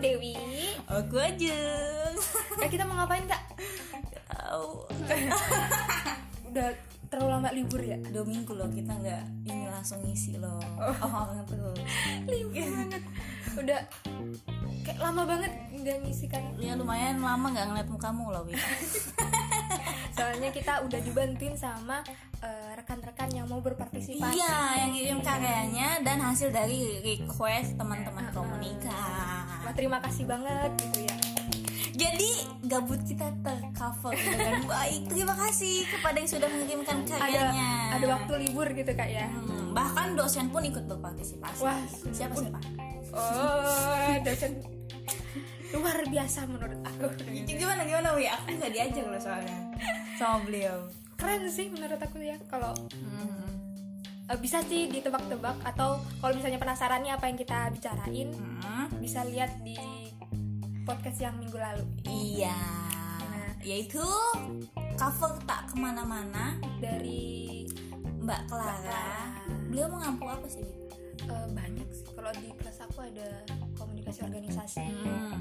Dewi. Aku aja. Eh kita mau ngapain kak? Tahu. Udah terlalu lama libur ya? Dua minggu loh kita nggak ini langsung ngisi loh. Oh, banget tuh. Eh, Libur banget. Udah kayak lama banget nggak ngisi kan? Ya lumayan lama nggak ngeliat mukamu loh, Wi. Soalnya kita udah dibantuin sama eh, rekan-rekan yang mau berpartisipasi. Iya, yang kirim karyanya dan hasil dari request Ah. teman-teman komunika. Wah, terima kasih banget gitu ya. Jadi gabut kita tercover dengan baik. Terima kasih kepada yang sudah mengirimkan Ada karyanya. ada waktu libur gitu kak ya. Hmm, bahkan dosen pun ikut berpartisipasi. Wah, siapa siapa? Oh, dosen luar biasa menurut aku. Gimana gimana Wi? Aku nggak diajak loh soalnya sama beliau. Hmm. Keren sih menurut aku ya kalau eh, bisa sih ditebak-tebak atau kalau misalnya penasarannya apa yang kita bicarain Hmm, bisa lihat di podcast yang minggu lalu Iya. Yaitu cover tak kemana-mana dari Mbak Clara. Mbak Clara. Beliau mengampu apa sih? Wi? eh, banyak sih kalau di kelas aku ada komunikasi organisasi Hmm,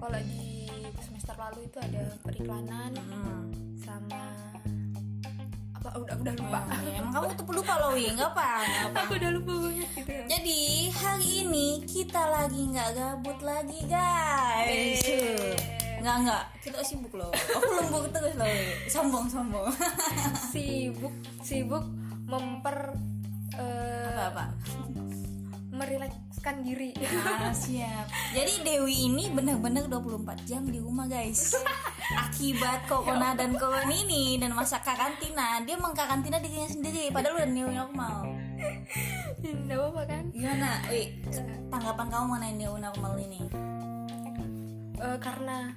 kalau di semester lalu itu ada periklanan hmm. sama apa udah udah lupa Hmm, Emang kamu tuh pelupa loh Wi? Nggak apa? nggak apa. aku udah lupa banget gitu Jadi hari ini kita lagi nggak gabut lagi guys. Eh. Nggak nggak, kita sibuk loh. Aku lembur terus loh, Wi. sombong sombong. sibuk sibuk memper eh, Apa apa? merilekskan diri Ah, siap. Jadi Dewi ini benar-benar 24 jam di rumah guys. Akibat corona dan corona ini dan masa karantina, dia mengkarantina dirinya sendiri. Padahal udah new normal. nggak apa-apa kan Gimana, Wi? Tanggapan kamu mengenai new normal ini? Eh, karena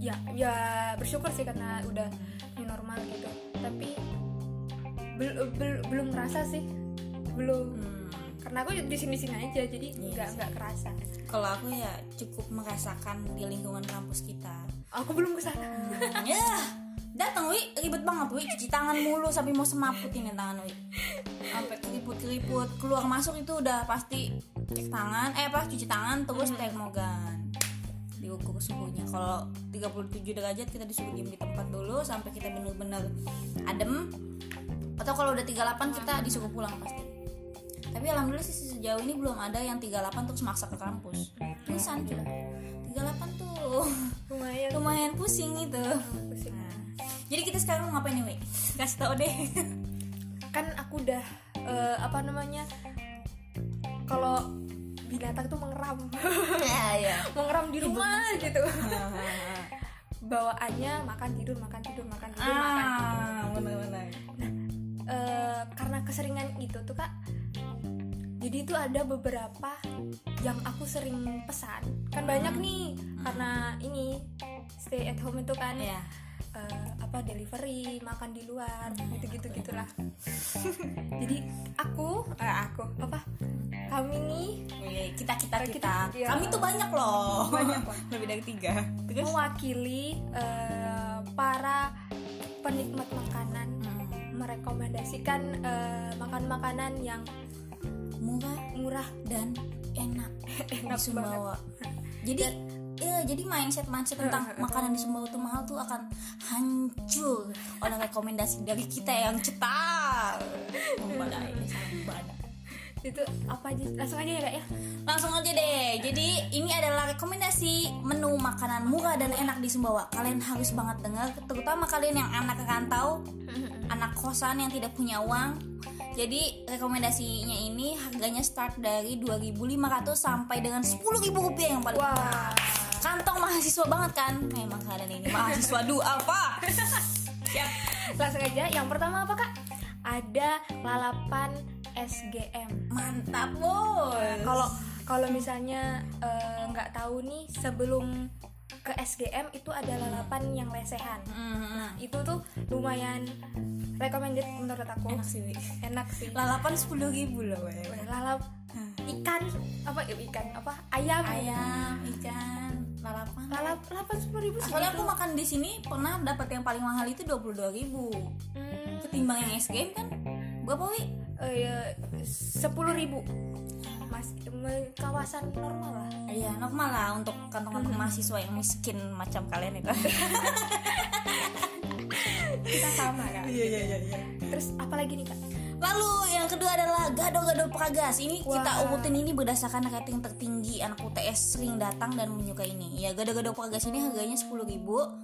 ya ya bersyukur sih karena udah new normal gitu tapi bel- bel- belum ngerasa sih belum Hmm. Iya karena aku di sini sini aja jadi nggak nggak kerasa Kalau aku ya cukup merasakan di lingkungan kampus kita. aku belum kesana ya, datang Wi, ribet banget Wi, cuci tangan mulu sampai mau semaput ini tangan Wi. Sampai keriput-keriput, keluar masuk itu udah pasti cek tangan, eh pas cuci tangan terus termogan. Diukur suhunya. Kalau 37 derajat kita disuruh diem di tempat dulu sampai kita bener-bener adem. Atau kalau udah 38 kita disuruh pulang pasti. Tapi alhamdulillah sih sejauh ini belum ada yang 38 terus maksa ke kampus. Tulisan gila. 38 tuh lumayan lumayan pusing itu Nah, pusing. jadi kita sekarang mau ngapain nih Wi? kasih tau deh kan aku udah eh, apa namanya kalau binatang tuh mengeram ya ya mengeram di rumah gitu bawaannya makan tidur makan tidur makan tidur makan ah benar-benar eh, karena keseringan gitu tuh kak jadi itu ada beberapa yang aku sering pesan kan banyak nih karena ini stay at home itu kan ya eh, apa delivery makan di luar gitu gitu gitulah jadi aku eh, aku apa kami nih kita kita kita Kita- iya. kami tuh banyak loh Banyak, Pak. lebih dari tiga terus mewakili eh, para penikmat makanan Hmm, merekomendasikan eh, makan-makanan yang murah murah dan enak, Enak di Sumbawa. Jadi ya, jadi mindset mindset tentang makanan di Sumbawa itu mahal tuh akan hancur oleh rekomendasi dari kita yang cetar. Membadai, membadai. itu apa aja langsung aja ya kak ya Langsung aja deh. Jadi ini adalah rekomendasi menu makanan murah dan enak di Sumbawa. Kalian harus banget dengar, terutama kalian yang anak rantau, anak kosan yang tidak punya uang. Jadi rekomendasinya ini harganya start dari 2.500 sampai dengan 10.000 rupiah yang paling wah kantong mahasiswa banget kan? Memang kalian ini mahasiswa du apa? langsung aja yang pertama apa kak ada lalapan SGM Mantap bos. kalau kalau misalnya eh, nggak tahu nih sebelum ke SGM itu ada lalapan yang lesehan Mm, itu tuh lumayan recommended menurut aku enak sih. Wi. enak sih Lalapan 10.000 loh, Wi. lalap ikan apa ikan apa ayam Hmm. Ayam, ikan, lalapan. lalap lalapan sepuluh ribu sih gitu. Soalnya aku makan di sini pernah dapat yang paling mahal itu 22.000 Hmm, Ketimbang yang es game kan berapa wi? sepuluh Eh, ya, ribu pas me- kawasan normal lah Iya normal lah untuk kantong-kantong mahasiswa yang miskin macam kalian itu. kita sama kan iya iya iya. terus apalagi nih kak Lalu yang kedua adalah gado-gado pragas. Ini Wah. kita urutin ini berdasarkan rating tertinggi anak UTS sering datang dan menyukai ini. Ya gado-gado pragas ini harganya 10.000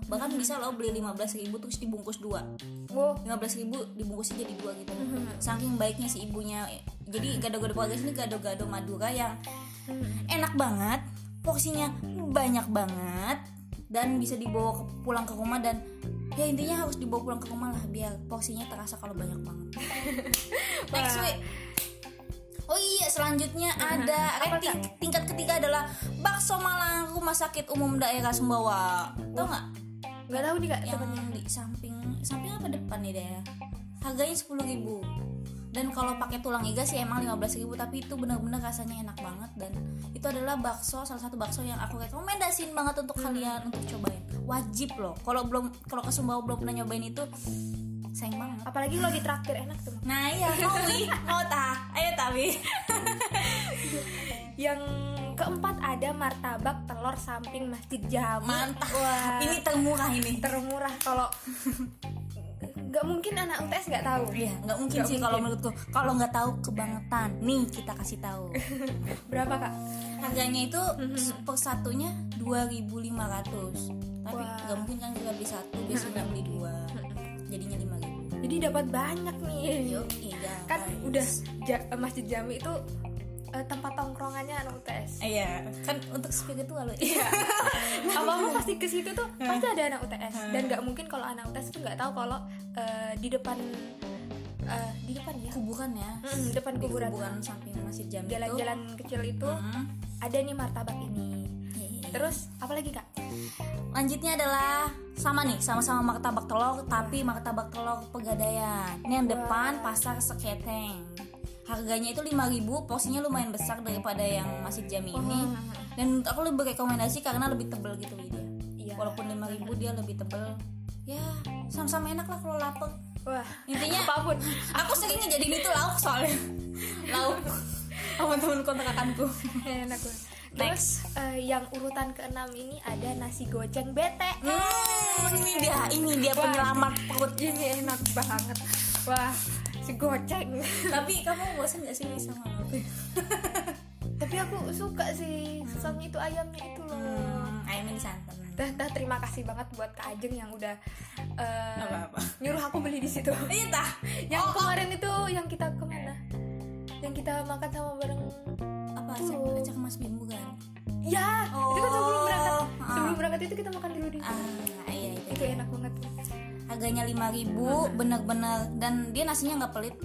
bahkan bisa lo beli 15.000 terus dibungkus dua. wow 15.000 dibungkus jadi dua gitu. Saking baiknya si ibunya. Jadi gado-gado pragas ini gado-gado Madura yang enak banget, porsinya banyak banget dan bisa dibawa ke- pulang ke rumah dan ya intinya harus dibawa pulang ke rumah lah biar porsinya terasa kalau banyak banget. Next week. Oh iya, selanjutnya ada Apa, rating tingkat ketiga adalah bakso Malang Rumah Sakit Umum Daerah Sumbawa. Tahu nggak? nggak tahu nih kak Yang di samping samping apa depan nih deh? Harganya 10.000. Dan kalau pakai tulang iga sih emang 15.000 tapi itu benar-benar rasanya enak banget dan itu adalah bakso salah satu bakso yang aku rekomendasiin banget untuk kalian untuk cobain. Wajib loh. Kalau belum kalau ke Sumbawa belum pernah nyobain itu sayang banget. apalagi kalau ditraktir enak tuh Mak. Nah iya mau Wi mau ta ayo tawi yang keempat ada martabak telur samping masjid jami mantap Wah. ini termurah ini termurah kalau nggak mungkin anak UTS nggak tahu Iya nggak mungkin sih kalau menurutku kalau nggak tahu kebangetan nih kita kasih tahu berapa kak harganya itu Mm-hmm. per satunya 2.500 tapi Wah. Mm-hmm. nggak mungkin kan kita beli satu besoknya beli dua jadinya 5.000 jadi dapat banyak nih Yo, iya kan udah Ja- masjid jami itu eh, tempat tongkrongannya anak UTS iya kan untuk spiritual loh apa apa Iya. pasti ke situ tuh pasti ada anak UTS dan nggak mungkin kalau anak UTS tuh nggak tahu kalau eh, di depan eh, di depan ya kuburan ya Mm, depan Di kuburan kuburan samping masjid jam Hmm. jalan-jalan kecil itu ada nih martabak ini Iya, terus apalagi kak Lanjutnya adalah sama nih, sama-sama martabak telur tapi martabak telur pegadaian. Ini yang depan pasar Seketeng. Harganya itu 5000, porsinya lumayan besar daripada yang masih jam ini. Dan menurut aku lebih rekomendasi karena lebih tebel gitu dia. Iya. Walaupun 5000 dia lebih tebel. Ya, sama-sama enak lah kalau lapar. wah Intinya apapun aku sering ngejadiin itu lauk soalnya. lauk sama temen kontrakanku. enak banget. terus eh, yang urutan keenam ini ada nasi goceng bete Hmm, ini dia, ini dia Wah. penyelamat perut. ini enak banget wah si goceng tapi kamu bosan gak sih Wi, sama aku? tapi aku suka sih sama itu ayamnya itu loh Hmm, ayamnya disantan. Dah, dah, terima kasih banget buat Kak Ajeng yang udah eh, Nggak apa-apa. nyuruh aku beli di situ. Iya tah. yang kemarin itu yang kita kemana? Yang kita makan sama bareng. Apa Tuh. acak, acak mas bimbu kan? Ya, itu kan sebelum Oh, berangkat. ah. Sebelum berangkat itu kita makan dulu di situ. Ah, iya itu. Itu enak banget. Harganya 5000 bener-bener dan dia nasinya nggak pelit.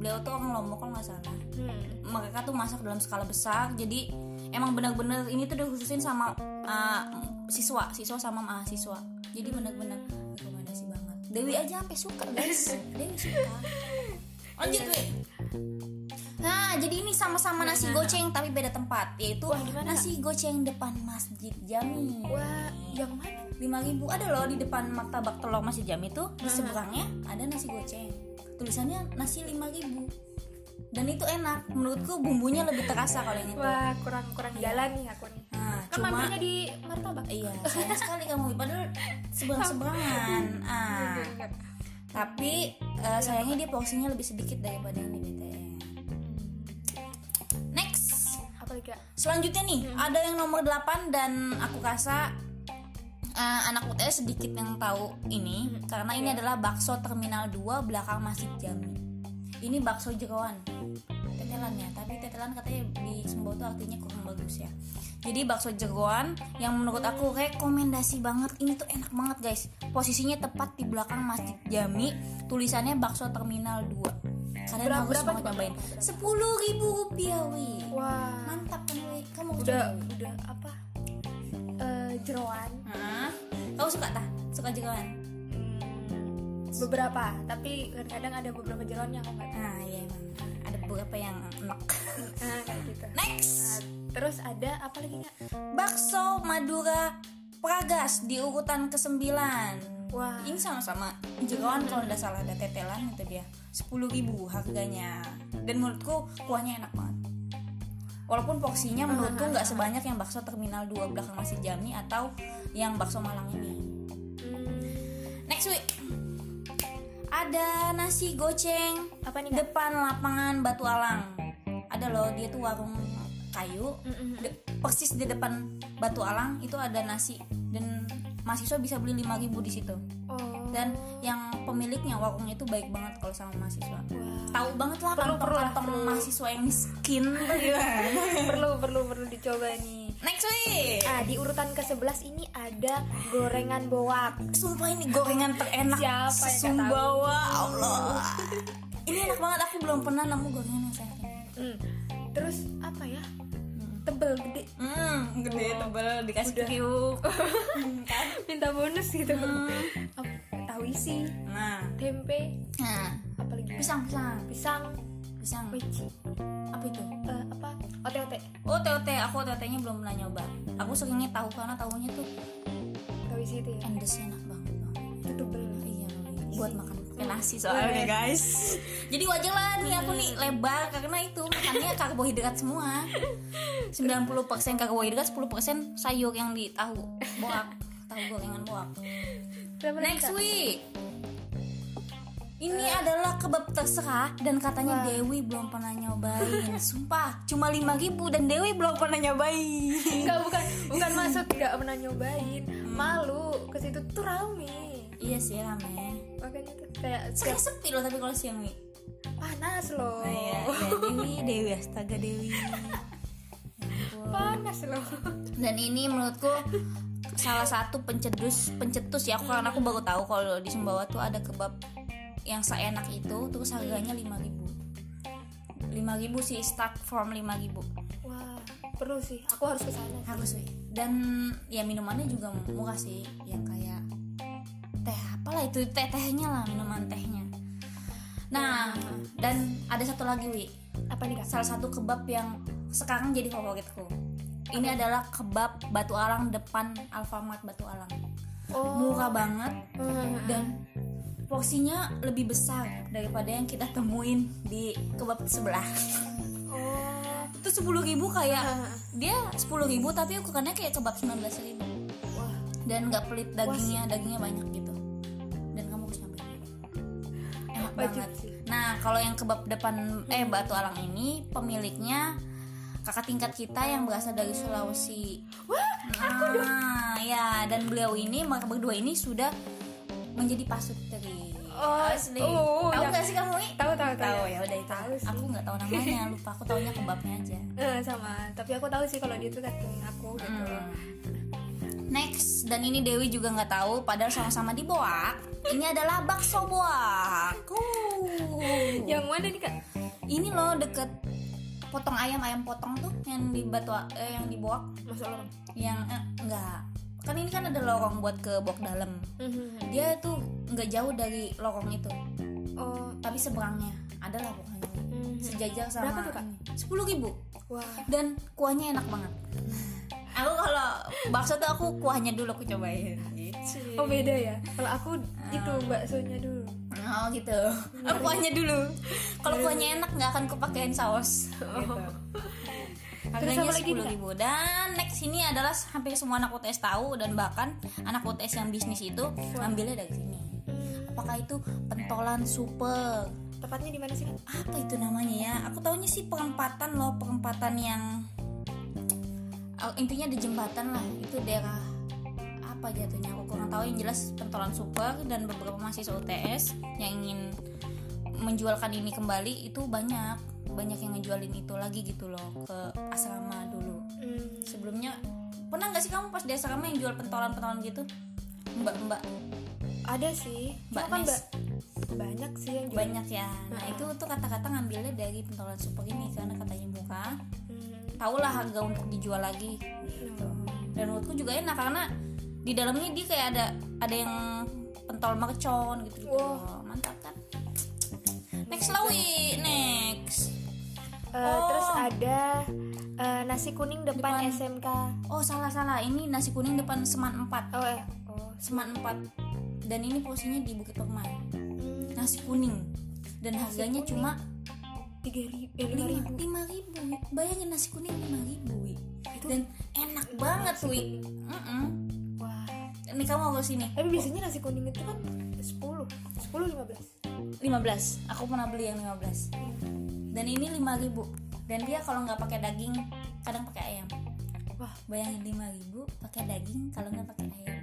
Beliau tuh orang Lombok kalau nggak salah. Hmm. Mereka tuh masak dalam skala besar, jadi emang bener-bener ini tuh dikhususin sama ah, siswa, siswa sama mahasiswa. Jadi bener-bener rekomendasi banget. Dewi aja sampai suka guys. Dewi suka. Lanjut Wi. Nah, jadi ini sama-sama nasi goceng tapi beda tempat, yaitu Wah, gimana, nasi goceng depan Masjid Jami. Wah, yang mana? 5000 ada loh di depan martabak telur Masjid Jami itu, di Hmm. seberangnya ada nasi goceng. Tulisannya nasi 5000. Dan itu enak, menurutku bumbunya lebih terasa kalau yang itu. Wah, kurang-kurang jalan nih aku nih. Nah, Kan mampirnya di martabak. Iya, sayang sekali kamu. Padahal seberang-seberangan. Ah. Ingat. Tapi eh, sayangnya dia porsinya lebih sedikit daripada yang di BTN. Next. Hmm. Apa lagi? Kak? Selanjutnya nih, Hmm. ada yang nomor 8 dan aku rasa eh, anak UTS sedikit yang tahu ini Hmm. karena ini Iya. adalah bakso Terminal 2 belakang Masjid Jami. Ini bakso jeroan. Tetelan ya, tapi tetelan katanya di Sumbawa tuh artinya kurang bagus ya. Jadi bakso jeroan yang menurut aku rekomendasi banget. Ini tuh enak banget, guys. Posisinya tepat di belakang Masjid Jami, tulisannya bakso Terminal 2. Kalian Berapa- harus berapa banget nih, Pak? nyobain. 10.000 rupiah, Wi Wah, mantap kan Wi kamu udah udah apa? Eh, jeroan. Hah? kamu suka tah suka jeroan Hmm, beberapa tapi kadang-kadang ada beberapa jeroan yang aku nggak tahu ah iya emang ada beberapa yang enak nah, kayak gitu next terus ada apa lagi nggak bakso Madura Pragas di urutan ke sembilan Wah. ini sama-sama jeroan kalau nggak salah ada tetelan itu dia sepuluh ribu harganya dan menurutku kuahnya enak banget walaupun porsinya menurutku nggak sebanyak yang bakso terminal 2 belakang masih Jami atau yang bakso Malang ini hmm, next week ada nasi goceng apa nih kak? depan lapangan Batu Alang ada loh dia tuh warung kayu Mm-mm. De- persis di depan Batu Alang itu ada nasi dan mahasiswa bisa beli 5000 di situ oh dan yang pemiliknya warungnya itu baik banget kalau sama mahasiswa Wah. tahu banget lah Perlu- perlu lah, kantong-kantong perlu. mahasiswa yang miskin bagaimana perlu perlu perlu dicoba nih next week ah di urutan ke 11 ini ada gorengan boak sumpah ini gorengan terenak Siapa yang nggak sesumbawa Allah ini enak banget aku belum pernah nemu gorengan yang saya Hmm. terus apa ya tebel gede hmm gede tebel dikasih Udah. kriuk minta bonus gitu Ap- tahu isi nah tempe nah apalagi pisang pisang pisang pisang peci apa itu eh, apa ote ote oh TOT aku TOT nya belum pernah nyoba aku seringnya tahu karena tahunya tuh tahu isi itu ya endesnya enak banget Bang. itu tebel Iya, buat makan pakai nasi soalnya guys. Jadi wajar lah nih aku nih lebar karena itu makannya karbohidrat semua. 90% karbohidrat, 10% sayur yang di tahu boak, tahu gorengan boak. Berapa lagi, Next Kak? week. Ini adalah kebab terserah dan katanya Dewi belum pernah nyobain. Sumpah, cuma 5000 dan Dewi belum pernah nyobain. Enggak, bukan bukan maksud nggak pernah nyobain Hmm. malu ke situ tuh rame iya sih rame. makanya tuh kayak Sekarang siap sepi loh tapi kalau siang nih. panas Oh, loh iya, iya, Dewi, Dewi, astaga Dewi. panas loh Dan ini menurutku salah satu pencetus pencetus ya aku karena aku baru tahu kalau di Sumbawa tuh ada kebab yang seenak itu terus harganya 5000. 5000 sih start from 5000. wah perlu sih aku harus ke sana Harus weh. Dan ya minumannya juga murah sih, yang kayak teh apalah itu teh-tehnya lah minuman tehnya. Nah, dan ada satu lagi Wi apa nih kak salah satu kebab yang sekarang jadi favoritku. Ini adalah kebab Batu Alang depan Alfamart Batu Alang. Oh. Murah banget Ah. dan porsinya lebih besar daripada yang kita temuin di kebab sebelah. oh Itu 10.000 kayak Ah. dia 10.000 tapi ukurannya kayak kebab 19.000 wah dan nggak pelit dagingnya, dagingnya banyak gitu. Dan kamu harus nyobain. Enak Wajib banget. sih. Nah, kalau yang kebab depan eh Batu Alang ini pemiliknya kakak tingkat kita yang berasal dari Sulawesi. wah Ah, ya dan beliau ini mereka berdua ini sudah menjadi pasutri. Oh, Asli. oh, tahu ya. nggak sih kamu? Wi? tahu tahu Tahu ya udah itu. tahu sih Aku nggak tahu namanya, lupa. Aku taunya kebabnya aja. Eh, sama tapi aku tahu sih kalau dia tuh kating aku gitu Hmm. Next dan ini Dewi juga nggak tahu padahal sama-sama di Boak. Ini adalah bakso Boak. Uh. yang mana nih kak Ini loh deket potong ayam ayam potong tuh yang di batu eh, yang di Boak masuk orang yang eh, enggak. Kan ini kan ada lorong buat ke Boak dalam. dia tuh nggak jauh dari lorong itu oh tapi seberangnya adalah pokoknya sejajar sama Berapa tuh, Kak? sepuluh ribu wah dan kuahnya enak banget aku kalau bakso tuh aku kuahnya dulu aku cobain Gitu. oh beda ya kalau aku itu baksonya dulu oh gitu Iya. aku kuahnya dulu kalau kuahnya enak nggak akan kupakein saus Oh. gitu. harganya apa lagi nih, sepuluh ribu dan next ini adalah hampir semua anak UTS tahu dan bahkan anak UTS yang bisnis itu ngambilnya dari sini apakah itu pentolan super tepatnya di mana sih Kak? apa itu namanya ya aku taunya sih perempatan loh perempatan yang Oh, intinya ada jembatan lah itu daerah apa jatuhnya aku kurang tahu yang jelas pentolan super dan beberapa mahasiswa UTS yang ingin menjualkan ini kembali itu banyak banyak yang ngejualin itu lagi gitu loh ke asrama dulu Hmm, sebelumnya pernah nggak sih kamu pas di asrama yang jual pentolan-pentolan gitu mbak-mbak ada sih Mbak cuma kan Nes. mbak banyak sih yang jual. banyak ya nah itu tuh kata-kata ngambilnya dari pentolan super ini karena katanya buka Hmm. tahulah harga untuk dijual lagi gitu. dan menurutku juga enak karena di dalamnya dia kayak ada ada yang pentol mercon gitu gitu Wah. mantap kan next Lawi next Eh, terus ada eh, nasi kuning depan, Depan. SMK oh salah salah ini nasi kuning depan Seman 4 oh eh oh Seman 4 dan hmm. ini posisinya di Bukit Permai nasi kuning dan harganya cuma tiga ribu eh lima lima ribu lima ribu Wi. bayangin nasi kuning lima ribu Wi. Itu- dan enak banget wi Mm-mm. wah ini kamu mau ke sini tapi biasanya nasi kuning itu kan sepuluh sepuluh lima belas 15 aku pernah beli yang 15 dan ini 5000 dan dia kalau nggak pakai daging kadang pakai ayam wah bayangin 5000 pakai daging kalau nggak pakai ayam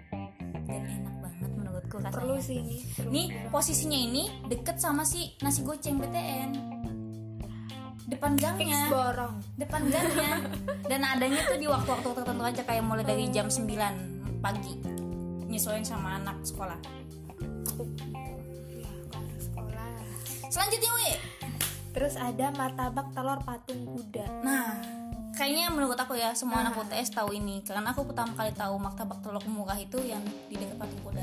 dan enak banget menurutku rasanya perlu sih ini perlu. nih posisinya ini deket sama si nasi goceng BTN depan Fix gangnya borong depan gangnya dan adanya tuh di waktu-waktu tertentu aja kayak mulai dari jam 9 pagi nyesuaiin sama anak sekolah ya kalau ada sekolah selanjutnya weh terus ada martabak telur patung kuda Nah, kayaknya menurut aku ya semua anak UTS tahu ini karena aku pertama kali tahu martabak telur murah itu yang di dekat patung kuda.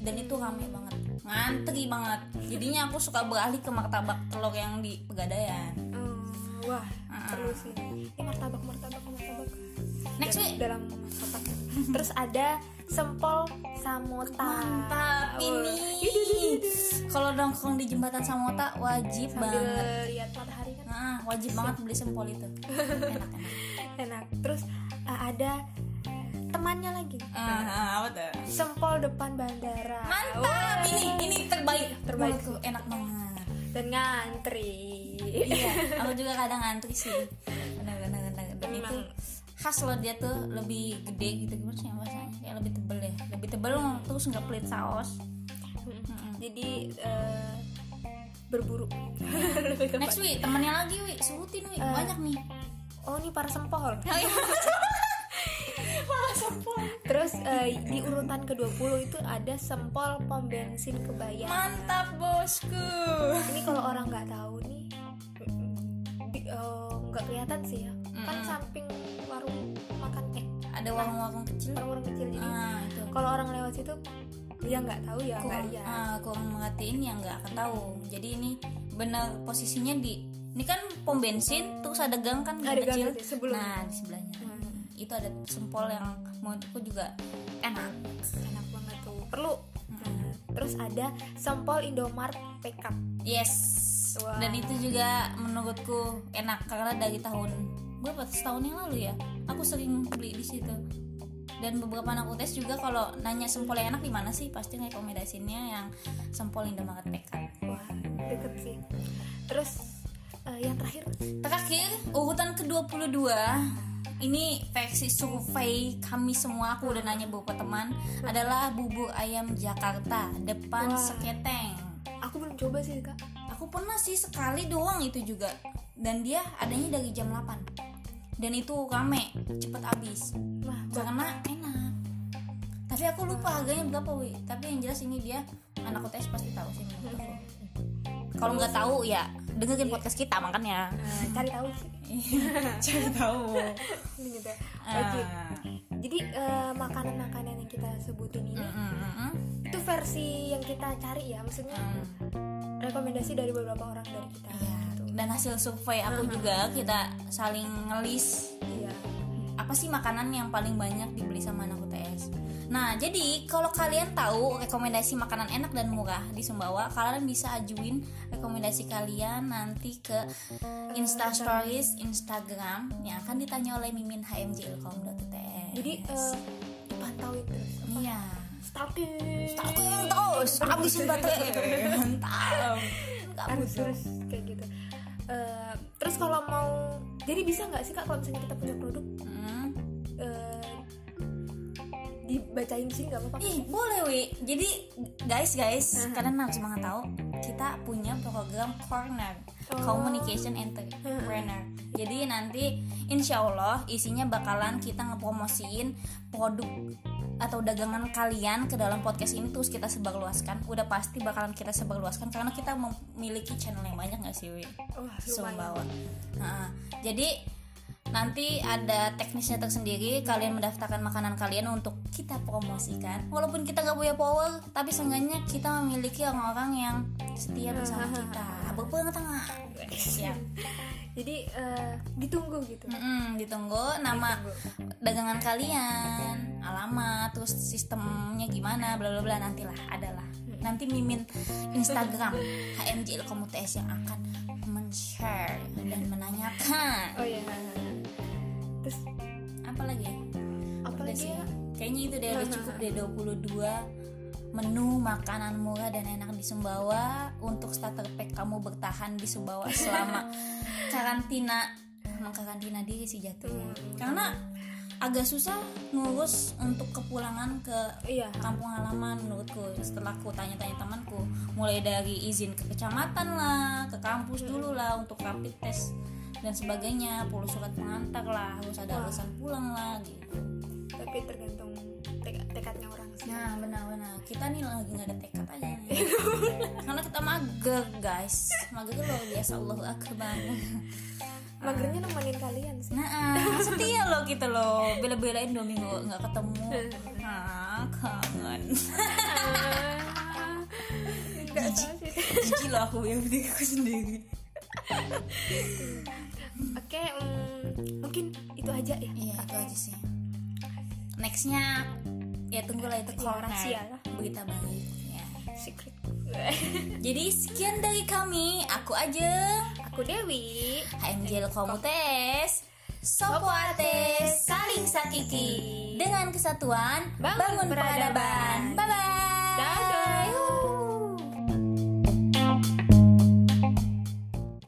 Dan itu rame banget, ngantri banget. Jadinya aku suka beralih ke martabak telur yang di Pegadaian. Hmm, wah Ah. perlu sih ini martabak martabak martabak Next Dal- week. dalam kotak terus ada sempol samota Mantap ini. Kalau nongkrong di jembatan Samota wajib sambil banget. lihat matahari kan Nah, wajib banget beli sempol itu. Enak enak. enak terus uh, ada temannya lagi Ah, ah, apa tuh? sempol depan bandara Mantap ini ini terbaik Terbaik. Menurutku enak banget. dan ngantri iya aku juga kadang ngantri sih kadang kadang kadang dan itu Emang. khas loh dia tuh lebih gede gitu gimana sih bahasanya kayak lebih tebel ya lebih tebel terus nggak pelit saus Mm-mm. jadi eh, berburu Lebih ke- next wi temennya lagi wi sebutin wi banyak nih oh ini para sempol iya. Wah, sempol. terus eh, di urutan ke-20 itu ada sempol pom bensin kebayang mantap bosku ini kalau orang nggak tahu nih di- eh, nggak kelihatan sih ya kan Mm-mm. samping warung makan eh ada warung-warung kecil warung kecil jadi ah itu kalau orang lewat situ dia nggak tahu ya nggak kurang lihat ah, kurang mengertiin yang nggak akan tahu jadi ini bener posisinya di ini kan pom bensin terus ada gang kan gang Ada gang kecil kecil, sebelum. Hmm. nah di sebelahnya itu ada sempol yang menurutku juga enak enak banget tuh perlu Nah, terus ada sempol Indomart pickup yes Wah. dan itu juga menurutku enak karena dari tahun berapa setahun yang lalu ya aku sering beli di situ dan beberapa anak UTS juga kalau nanya sempol yang enak di mana sih pasti rekomendasinya yang sempol Indomaret Pekan wah deket sih terus eh, yang terakhir Terakhir, urutan ke-22 ini versi survei kami semua aku udah nanya beberapa teman adalah bubur ayam Jakarta depan Wah. seketeng. aku belum coba sih kak Aku pernah sih sekali doang itu juga dan dia adanya dari jam 8 dan itu rame cepet habis wah karena enak tapi aku lupa harganya berapa wi tapi yang jelas ini dia anak UTS pasti tahu sih menurut aku. kalau nggak tahu ya dengerin podcast kita makanya eh, cari tahu sih cari tahu Ini gitu Ah. Oke. jadi eh, makanan-makanan yang kita sebutin ini itu versi yang kita cari ya maksudnya rekomendasi dari beberapa orang dari kita gitu. dan hasil survei aku juga kita saling ngelis iya apa sih makanan yang paling banyak dibeli sama anak UTS nah jadi kalau kalian tahu rekomendasi makanan enak dan murah di Sumbawa kalian bisa ajuin rekomendasi kalian nanti ke Insta Stories Instagram yang akan ditanya oleh Mimin HMJ Ilkom.UTS jadi eh, dipantauin terus iya stalking Aku yang terus habisin baterai mantap Nggak harus butuh. terus kayak gitu Eh, terus kalau mau jadi bisa nggak sih kak kalau misalnya kita punya produk Hmm. eh, dibacain di sini nggak apa-apa Ih, boleh wi jadi guys guys kalian harus banget tahu kita punya program corner communication entrepreneur jadi nanti insya Allah isinya bakalan kita ngepromosiin produk atau dagangan kalian ke dalam podcast ini terus kita sebarluaskan udah pasti bakalan kita sebarluaskan karena kita memiliki channel yang banyak nggak sih wi wah lumayan Sumbawa. Nah, jadi nanti ada teknisnya tersendiri. Kalian mendaftarkan makanan kalian untuk kita promosikan. Walaupun kita nggak punya power, tapi seenggaknya kita memiliki orang-orang yang setia bersama kita. Berpengetengah. Siap. jadi eh, ditunggu gitu Mm-mm, ditunggu nama dagangan kalian, alamat, terus sistemnya gimana, bla bla bla nantilah adalah. Nanti mimin Instagram HMJ Ilkom UTS yang akan men care dan menanyakan oh iya terus apa lagi ya? apa Udah lagi sih. ya kayaknya itu deh udah cukup deh 22 menu makanan murah dan enak di Sumbawa untuk starter pack kamu bertahan di Sumbawa selama karantina emang karantina diri sih jatuhnya Hmm. karena agak susah ngurus untuk kepulangan ke iya kampung halaman menurutku setelah aku tanya-tanya temanku mulai dari izin ke kecamatan lah ke kampus dulu lah untuk rapid test dan sebagainya perlu surat pengantar lah harus ada Wah. alasan pulang lah gitu tapi tergantung tek- tekadnya orang sih Nah benar-benar kita nih lagi nggak ada tekad aja nih. Karena kita mager guys, mager tuh luar biasa Allah akbar. magernya nemenin kalian sih Nah ah, setia loh kita loh, bela-belain dua minggu nggak ketemu. Nah kangen. enggak tahu sih Jijik loh aku ya diriku sendiri. oke mm, mungkin itu aja ya Iya itu aja sih. Nextnya ya tunggulah itu Iya, rahasia corner lah. berita baik. Ya. secret Jadi sekian dari kami, aku aja. aku Dewi HMJL Komunitas Sopo Ates Saling Sakiki Dengan kesatuan Bangun Bangun peradaban. Peradaban Bye-bye Dadah.